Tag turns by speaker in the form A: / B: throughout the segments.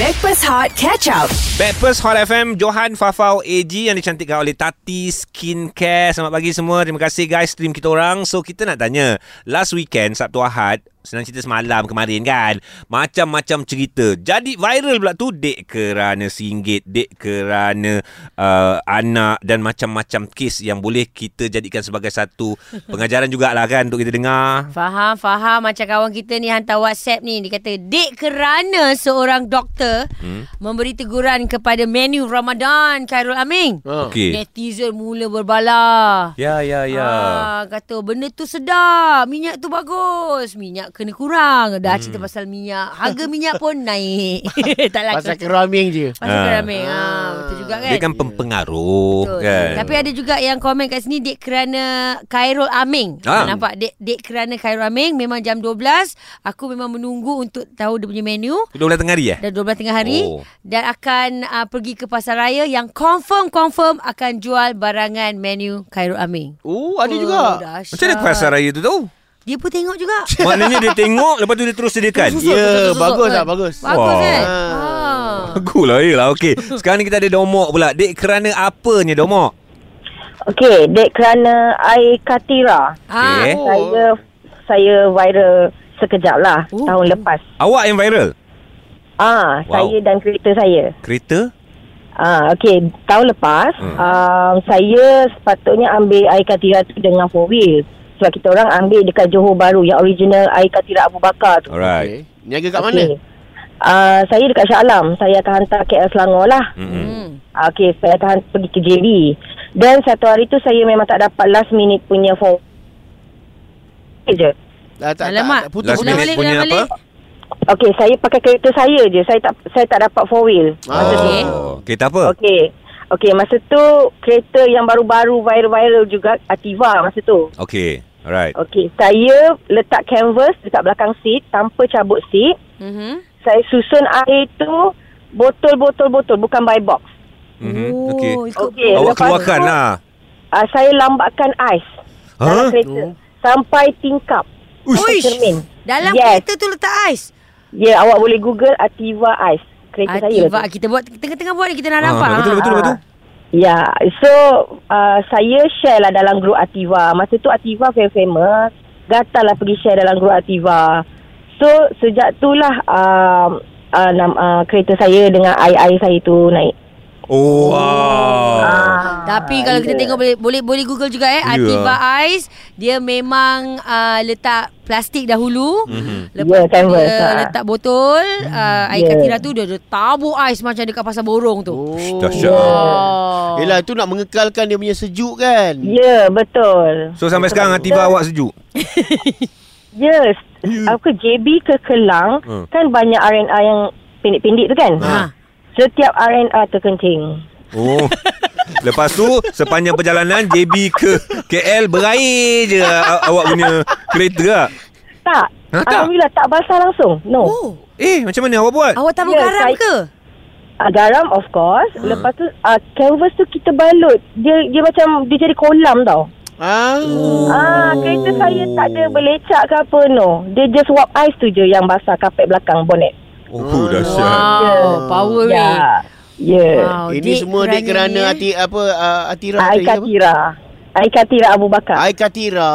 A: Backpass Hot Catch Up.
B: Backpers Hot FM Johan Fafau AG Yang dicantikkan oleh Tati Skincare Selamat pagi semua Terima kasih guys Stream kita orang So kita nak tanya Last weekend Sabtu Ahad Senang cerita semalam kemarin kan Macam-macam cerita Jadi viral pula tu Dek kerana singgit Dek kerana uh, Anak Dan macam-macam kes Yang boleh kita jadikan sebagai satu Pengajaran jugalah kan Untuk kita dengar
C: Faham, faham. Macam kawan kita ni hantar WhatsApp ni. Dia kata, Dek kerana seorang doktor hmm? memberi teguran kepada menu Ramadan Khairul Aming.
D: Ha.
B: Okey
C: Netizen mula berbala.
B: Ya ya ya
C: Ah, kata benda tu sedap, minyak tu bagus, minyak kena kurang. Dah hmm. cerita pasal minyak, harga minyak pun naik. tak laku.
D: Pasal keraming je.
C: Pasal
B: Ah.
C: ah. ramai. Ah, betul juga kan?
B: Dia kan pempengaruh
C: Betul.
B: kan
C: Tapi ada juga yang komen kat sini Dek kerana Khairul Aming
B: Ah.
C: ah. Nampak dek, dek kerana Khairul Aming Memang jam 12 Aku memang menunggu Untuk tahu dia punya menu
B: Dua belas tengah hari eh
C: Dah 12 tengah hari
B: Oh.
C: oh. Dan akan uh, pergi ke pasar raya Yang confirm-confirm Akan jual barangan menu Khairul Aming
D: Oh, ada juga.
C: Oh, dahsyat.
B: Macam mana pasar raya tu tu?
C: Dia pun tengok juga
B: Maknanya dia tengok Lepas tu dia terus sediakan
D: Terus susun. Ya, bagus lah, bagus.
C: Bagus
B: Kan? Wah.
C: kan
D: Ah.
C: ah.
B: Aku lah eh lah okay. Sekarang ni kita ada Domok pula Dek kerana apanya Domok?
E: Okey, Eh, dek kerana air katira.
C: Ah.
B: Okay.
E: Oh. Saya saya viral sekejap lah
C: Oh.
E: oh. tahun lepas.
B: Awak yang viral?
E: Ah,
B: Wow.
E: wow. saya dan kereta saya.
B: Kereta?
E: Ah, okey, tahun lepas
B: Hmm.
E: hmm. um, saya sepatutnya ambil air katira tu dengan four wheel. Sebab kita orang ambil dekat Johor Baru yang original air katira Abu Bakar tu.
B: Alright
D: Okay. Niaga kat mana?
E: Uh, saya dekat Shah Alam. Saya akan hantar KL Selangor lah.
B: okay. mm
C: Hmm.
E: Ah, Okey, saya tahan pergi ke JB. Dan satu hari tu saya memang tak dapat last minute punya form. je.
D: Ah, tak,
C: Alamak.
D: Tak, tak, putus
B: Last
C: Ulang
B: minute.
D: putus.
C: balik,
B: punya
C: ulang
B: apa?
C: balik.
E: Okey, saya pakai kereta saya je. Saya tak saya tak dapat four wheel.
D: Ah.
C: Okey.
B: Oh, kereta apa?
E: Okey. Okey, masa tu kereta yang baru-baru viral-viral juga Ativa masa tu.
B: Okay, alright
E: Okey, saya letak canvas dekat belakang seat tanpa cabut seat.
C: Mhm.
E: Saya susun air tu botol-botol-botol bukan by box.
B: Mhm, Okey
C: Oh, ikut
E: Okey,
B: Awak
E: lepas
B: keluarkan
E: tu-
B: lah
E: Uh, saya lambatkan ais
B: Ha?
E: dalam kereta sampai tingkap.
C: Uish.
E: Cermin.
C: Dalam
E: Yes.
C: kereta tu letak ais.
E: Ya, awak boleh Google Ativa Ice. Kereta saya.
C: Akibat
E: lah tu.
C: kita buat tengah-tengah buat ni kita nak
B: Ah,
C: nampak.
B: betul,
C: ha.
B: betul, betul.
E: Ya, so uh, saya share lah dalam grup Ativa. Masa tu Ativa fam- famous. Gatal lah pergi share dalam grup Ativa. So, sejak tu lah um, uh, nam, uh, kereta saya dengan air-air saya tu naik.
B: Oh, wow
E: Ah,
C: Tapi kalau kita
E: ya.
C: tengok boleh boleh boleh Google juga eh
B: Ya.
C: Ativa Ice dia memang uh, letak plastik dahulu.
B: Mhm.
E: Ya,
C: Lepas tu
E: canvas,
C: dia
E: ha.
C: letak botol uh, air
E: Ya.
C: katira tu dia, dia tabur ais macam dekat pasar borong tu.
D: Oh.
B: Dahsyat.
C: Wah.
D: Yelah, tu nak mengekalkan dia punya sejuk kan?
E: Ya, betul.
B: So sampai sekarang Ativa awak sejuk?
E: Ya, yes. apa JB ke Kelang
B: Hmm.
E: kan banyak R&R yang pendek-pendek tu kan?
C: Ha.
E: Setiap R&R terkencing.
B: Oh Lepas tu Sepanjang perjalanan JB ke KL Berair je a- Awak punya kereta lah
E: Tak.
B: Ha, tak?
E: Alhamdulillah tak basah langsung. No. Oh.
C: Oh,
B: Eh macam mana awak buat?
C: awak tabur
E: Ya,
C: garam
E: saya-
C: ke?
E: Uh, garam of course. Lepas tu uh, canvas tu kita balut. Dia dia macam dia jadi kolam tau.
D: Ah.
C: Oh.
E: Ah kereta saya tak ada berlecak ke apa no. Dia just wap ais tu je yang basah kapet belakang bonet.
B: Oh dahsyat
C: Wow,
E: Ya.
C: power
E: Ya.
C: weh.
E: Ya.
C: Wow,
D: Ini semua dia kerana
C: ni, eh.
D: hati apa uh, Atira
E: Air katira. Air katira Abu Bakar.
D: Ai Katira.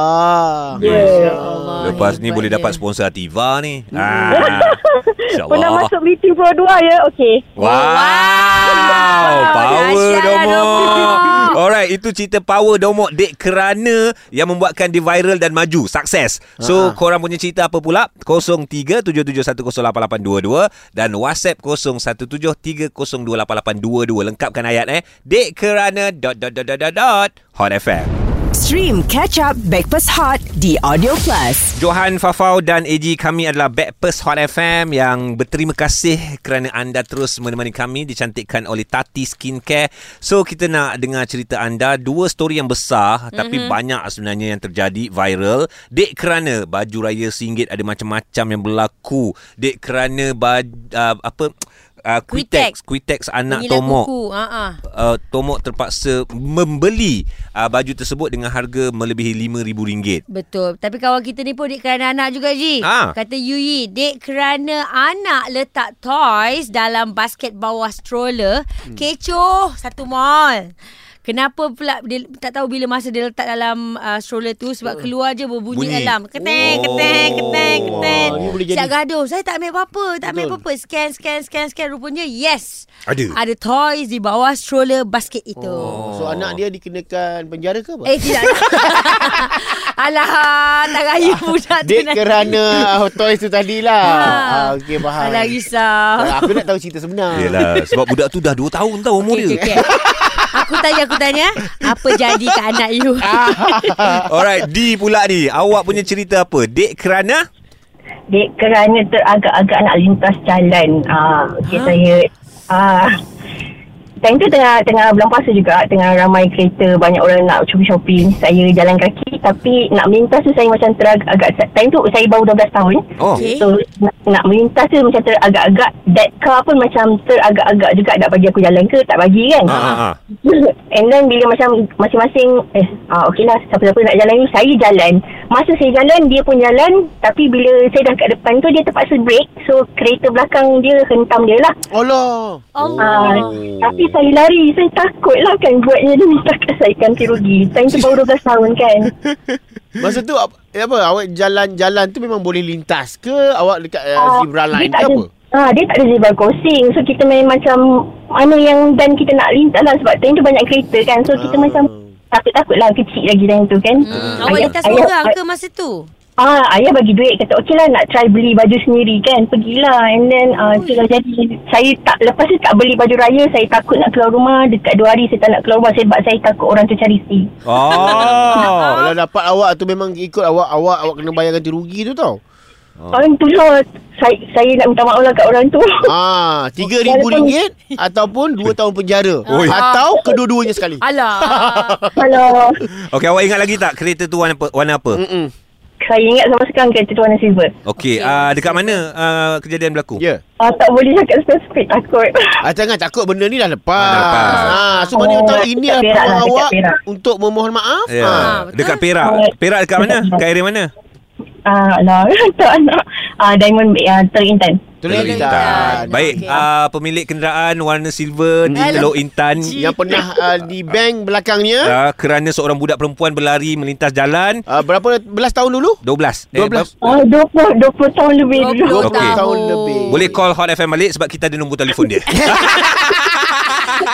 E: Ya.
D: Masya
C: Allah.
B: Lepas ni
C: hebatnya.
B: boleh dapat sponsor Ativa ni ah.
E: Pernah
B: InsyaAllah
E: masuk meeting Pro 2 ya. Okey.
B: Wow,
C: Wow.
B: Power
C: Dahsyat lah,
B: Domok
C: Domok.
B: Alright Itu cerita power Domok Dek kerana Yang membuatkan dia viral dan maju Sukses So
D: Ha.
B: korang punya cerita apa pula 0377108822 Dan whatsapp 0173028822 Lengkapkan ayat eh Dek kerana Dot dot dot dot dot dot Hot FM
A: Stream Catch Up Backpass Hot di Audio Plus.
B: Johan, Fafau dan AG kami adalah Backpers Hot FM yang berterima kasih kerana anda terus menemani kami dicantikkan oleh Tati Skincare. So kita nak dengar cerita anda dua story yang besar mm-hmm. tapi banyak sebenarnya yang terjadi viral. Dek kerana baju raya RM1 ada macam-macam yang berlaku. Dek kerana baju, uh, apa uh, Quitex Quitex anak
C: Penyilat
B: Tomok
C: kuku. Ha ah.
B: uh, Tomok terpaksa membeli uh, baju tersebut dengan harga melebihi RM5,000.
C: Betul. Tapi kawan kita ni pun dek kerana anak juga, Ji.
B: Ah.
C: Kata Yui, dek kerana anak letak toys dalam basket bawah stroller. Hmm. Kecoh satu mall. Kenapa pula dia tak tahu bila masa dia letak dalam uh, stroller tu sebab keluar je berbunyi
B: Bunyi.
C: alarm. Keteng,
B: Oh.
C: keteng, keteng, keteng.
D: Wah, ni boleh
C: Siap
D: jadi-
C: gaduh. Saya tak ambil apa-apa, tak ambil
D: Betul.
C: apa-apa. Scan, scan, scan, scan. Rupanya yes.
B: Ada.
C: Ada toys di bawah stroller basket itu.
D: Oh, So anak dia dikenakan penjara ke apa?
C: Eh tidak Alah Tak raya budak tu
D: Date
C: nanti.
D: Ah, kerana uh, toys tu tadi lah.
C: Ha.
D: Ah, Okey faham.
C: Alah risau
D: Ah, Aku nak tahu cerita sebenar.
B: Yelah Sebab budak tu dah 2 tahun tau umur okay, dia
C: Okey,
B: okay.
C: okey, okey. Aku tanya Aku tanya Apa jadi kat anak you
D: Ah.
B: Alright D pula ni Awak punya cerita apa Dek kerana
E: Dek kerana teragak-agak nak lintas jalan. Ah, okay,
C: Ha?
E: saya ah Time tu tengah tengah bulan puasa juga Tengah ramai kereta Banyak orang nak shopping-shopping Saya jalan kaki Tapi nak melintas tu Saya macam teragak-agak Time tu saya baru 12 tahun
B: Oh okay.
C: Okey.
E: So nak, nak melintas tu Macam teragak-agak That car pun macam teragak-agak juga Nak bagi aku jalan ke Tak bagi kan
B: ha, ha, ha.
E: And then bila macam masing-masing eh ah okey lah siapa-siapa nak jalan ni saya jalan. Masa saya jalan dia pun jalan tapi bila saya dah kat depan tu dia terpaksa break so kereta belakang dia hentam dia lah.
C: Oh.
D: Allah.
E: Ah,
C: Allah
D: Hmm.
E: tapi saya lari saya takut lah kan buatnya dia minta kat saya ganti rugi. Time tu baru 12 tahun kan.
D: Masa tu apa, eh, apa awak jalan-jalan tu memang boleh lintas ke awak dekat
E: Ah,
D: uh, zebra line
E: dia
D: ke
E: tak
D: apa?
E: Ada, ah, dia tak ada zebra crossing. So kita main macam mana yang dan kita nak lintas lah sebab time tu banyak kereta kan. So kita
D: Ah.
E: macam takut-takut lah kecil lagi time tu kan.
C: Hmm,
E: Ayah-
C: awak lintas
E: ayah-
C: orang ke masa tu?
E: Ah, ayah bagi duit kata okey lah nak try beli baju sendiri kan. Pergilah and then ah itulah jadi saya tak lepas tu tak beli baju raya saya takut nak keluar rumah dekat dua hari saya tak nak keluar rumah sebab saya takut orang tu charity.
B: Oh
E: Ah.
D: Oh, kalau dapat awak tu memang ikut awak awak awak kena bayar ganti rugi tu tau.
E: Oh. Orang tu lah saya, saya nak minta maaf lah kat orang tu.
D: Ah, RM3,000 ataupun 2 tahun penjara.
B: Oi.
D: Atau kedua-duanya sekali.
C: Alah
E: Kalau
B: Okay awak ingat lagi tak Kereta tu warna apa, warna apa?
D: Mm-mm.
E: saya ingat sama sekarang kereta tu warna silver.
B: Okay, okay.
C: Okey.
B: Uh, Dekat mana uh, Kejadian berlaku
D: Ya. Yeah.
E: Ah, tak boleh cakap spesifik takut.
D: Ah, jangan takut benda ni dah lepas.
B: Ah, dah lepas.
D: Ah, so mana
E: Oh,
D: tahu ini adalah
E: dekat
D: peluang
E: Perak lah, dekat
D: awak
E: Perak.
D: untuk memohon maaf.
B: Ya,
D: Ah.
C: betul.
B: Dekat Perak Perak dekat mana? Kat area mana?
E: Ah, lah tak nak. Ah, Diamond Bay, ah, Teluk Intan.
D: Telur
B: Teluk
D: Intan. Ah,
C: Intan.
B: Baik
C: Okey.
B: uh, Pemilik kenderaan Warna silver Di
C: Alah.
B: Teluk Intan
D: Yang pernah uh, di bank belakangnya
B: uh, Kerana seorang budak perempuan Berlari melintas jalan
D: uh, berapa belas tahun dulu?
B: 12 Eh,
D: 12.
B: berapa?
E: Ah, 20, 20 tahun lebih dulu.
C: 20
B: Okey.
D: tahun lebih.
B: Boleh call Hot FM balik Sebab kita ada nombor telefon dia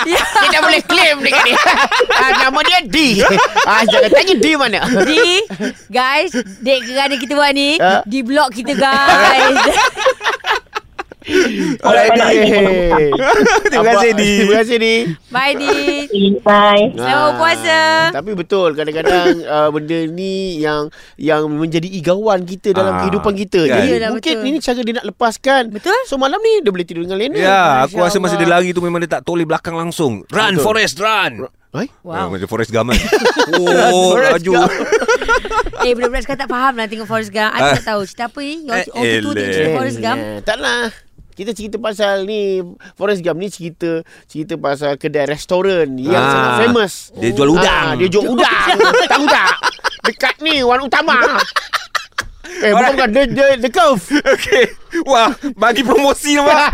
C: Ya,
D: Dia tak boleh claim dekat ni. ah, nama dia D. ah, jangan tanya D mana.
C: Di Guys Dek kerana kita buat ni
D: Ah.
C: Di blog kita guys
D: Alright, D.
B: Terima kasih, D.
D: Terima kasih D. Ah,
C: Bye Di
E: Bye.
C: Selamat puasa.
D: Tapi betul kadang-kadang uh, benda ni yang yang menjadi igawan kita
B: Ah,
D: dalam kehidupan kita.
B: kan?
D: Jadi
C: Yalah,
D: mungkin
C: betul.
D: ini cara dia nak lepaskan.
C: Betul.
D: So malam ni dia boleh tidur dengan Lena.
B: Ya Aku rasa masa dia
D: Allah.
B: lari tu Memang dia tak toleh belakang langsung Run
D: Betul.
B: Forest run
D: Hai?
B: Wow.
C: Wow
B: Macam Forest Gump kan Oh
D: Forrest
B: Raju
D: Gump.
C: Eh budak-budak sekarang tak faham lah Tengok Forrest Gump Aku
B: Ah.
C: tak tahu Cerita apa ni Your
B: Eh,
C: oh, tu
B: eleh.
C: dia cerita Forrest Gump
D: Eh, Taklah. Kita cerita pasal ni Forrest Gump ni cerita cerita pasal kedai restoran yang
B: Ah.
D: sangat famous.
B: Dia jual udang.
D: Ah, dia jual udang. Tahu tak? Dekat ni Wan Utama. Eh, bukan,
B: Alright.
D: bukan. The, the, the Curve.
B: Okey. Wah, bagi promosi nampak.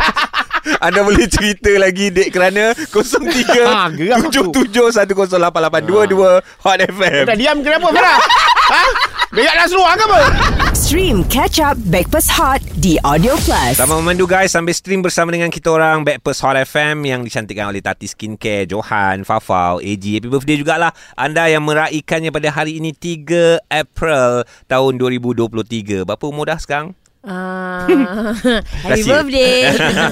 B: Anda boleh cerita lagi dek kerana 03
D: Ah, geram aku.
B: 77108822 Hot FM.
D: Tak diam kenapa, Farah? ha? Dekat dalam seluar ke apa?
A: Stream Catch Up Backpass Hot di Audio Plus.
B: Selamat memandu guys Sambil stream bersama dengan kita orang Backpast Hot FM Yang dicantikkan oleh Tati Skincare Johan, Fafau, AG Happy birthday jugalah Anda yang meraikannya pada hari ini 3 April tahun 2023 Berapa umur dah sekarang?
C: Ah,
B: Terima
C: happy
B: kasih.
C: birthday.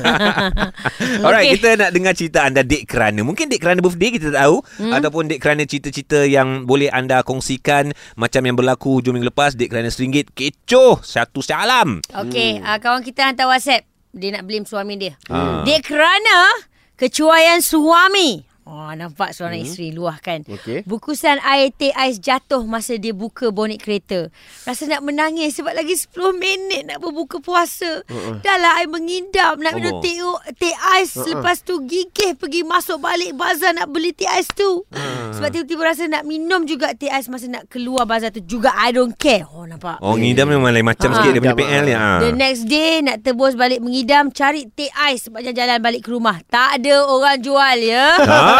B: Alright,
C: Hmm, Okey.
B: kita nak dengar cerita anda dek kerana. Mungkin dek kerana birthday kita tak tahu hmm? ataupun dek kerana cerita-cerita yang boleh anda kongsikan macam yang berlaku hujung minggu lepas dek kerana RM1 kecoh satu salam.
C: Okey, hmm. uh, kawan kita hantar WhatsApp. Dia nak blame suami dia.
B: Ah.
C: Dia kerana kecuaian suami. Oh, nampak seorang hmm. isteri luahkan.
D: Okey.
C: Bukusan air teh ais jatuh masa dia buka bonet kereta. Rasa nak menangis sebab lagi 10 minit nak berbuka puasa. Uh-uh. Dah lah air mengidap. Nak
B: Allah.
C: minum teh, u- teh ais. Uh-uh. Lepas tu gigih pergi masuk balik bazar nak beli teh ais tu. Uh. Sebab tiba-tiba rasa nak minum juga teh ais masa nak keluar bazar tu juga. I don't care. Oh, nampak.
B: Oh, ngidam memang lain macam
C: Ah.
B: sikit dia punya
D: Ngidam,
B: PL ni. Ha.
C: The next day nak tebus balik mengidam cari teh ais sebab jalan balik ke rumah. Tak ada orang jual ya.
B: Ha?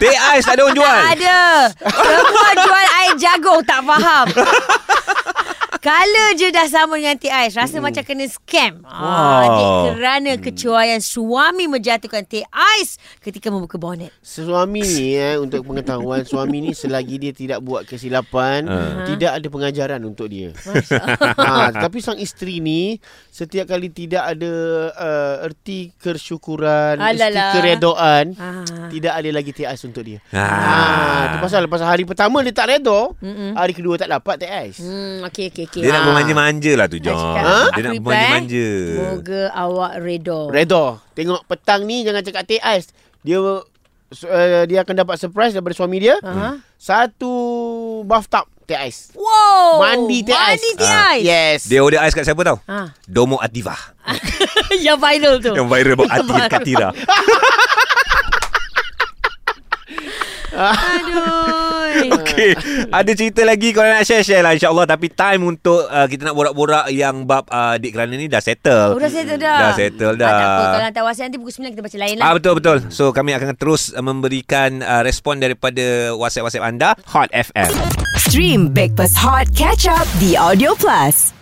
B: Teh ais tak ada orang jual.
C: Tak ada. Semua jual air jagung tak faham. Kala je dah sama dengan teh ais Rasa macam kena scam ah,
B: Wow.
C: adik, Kerana kecuaian suami menjatuhkan teh ais Ketika membuka bonet
D: Suami ni eh, untuk pengetahuan suami ni selagi dia tidak buat kesilapan uh. tidak ada pengajaran untuk dia. ha, tapi sang isteri ni setiap kali tidak ada uh, erti kesyukuran, erti
C: Alalah.
D: keredoan,
C: Ah.
D: tidak ada lagi TS untuk dia.
B: Ah.
D: Ha, tu pasal pasal hari pertama dia tak redo, Mm-mm. hari kedua tak dapat TS.
C: Hmm, okay, okay, okay.
B: Dia nak
D: Ah.
B: memanja-manja lah tu, John.
C: cakap,
B: Dia nak
C: aku reply.
B: memanja-manja.
C: Moga awak redor
D: Redo. Tengok petang ni jangan cakap teh ais. Dia su- uh, dia akan dapat surprise daripada suami dia.
C: Aha.
D: Satu bathtub teh ais.
C: Wow
D: Mandi teh ais.
C: Mandi teh ais
B: Ah,
D: Yes.
B: Dia order ais kat siapa tau?
C: Ha. Oh.
B: Domo Ativa.
C: Yang viral tu
B: Yang viral buat Ativa
C: Baru.
B: Katira.
C: Aduh
B: Okay. Ada cerita lagi kalau nak share-share lah insyaAllah. Tapi time untuk uh, kita nak borak-borak yang bab uh, adik kerana ni dah settle.
C: Oh, dah settle dah.
B: Dah settle
C: Ah, tak apa. Kalau
B: dah.
C: nak tahu wasiat nanti pukul 9 kita baca lain lah.
B: Ah betul betul. So kami akan terus uh, memberikan uh, respon daripada WhatsApp-WhatsApp anda Hot FM.
A: Stream Breakfast Hot Catch Up The Audio Plus.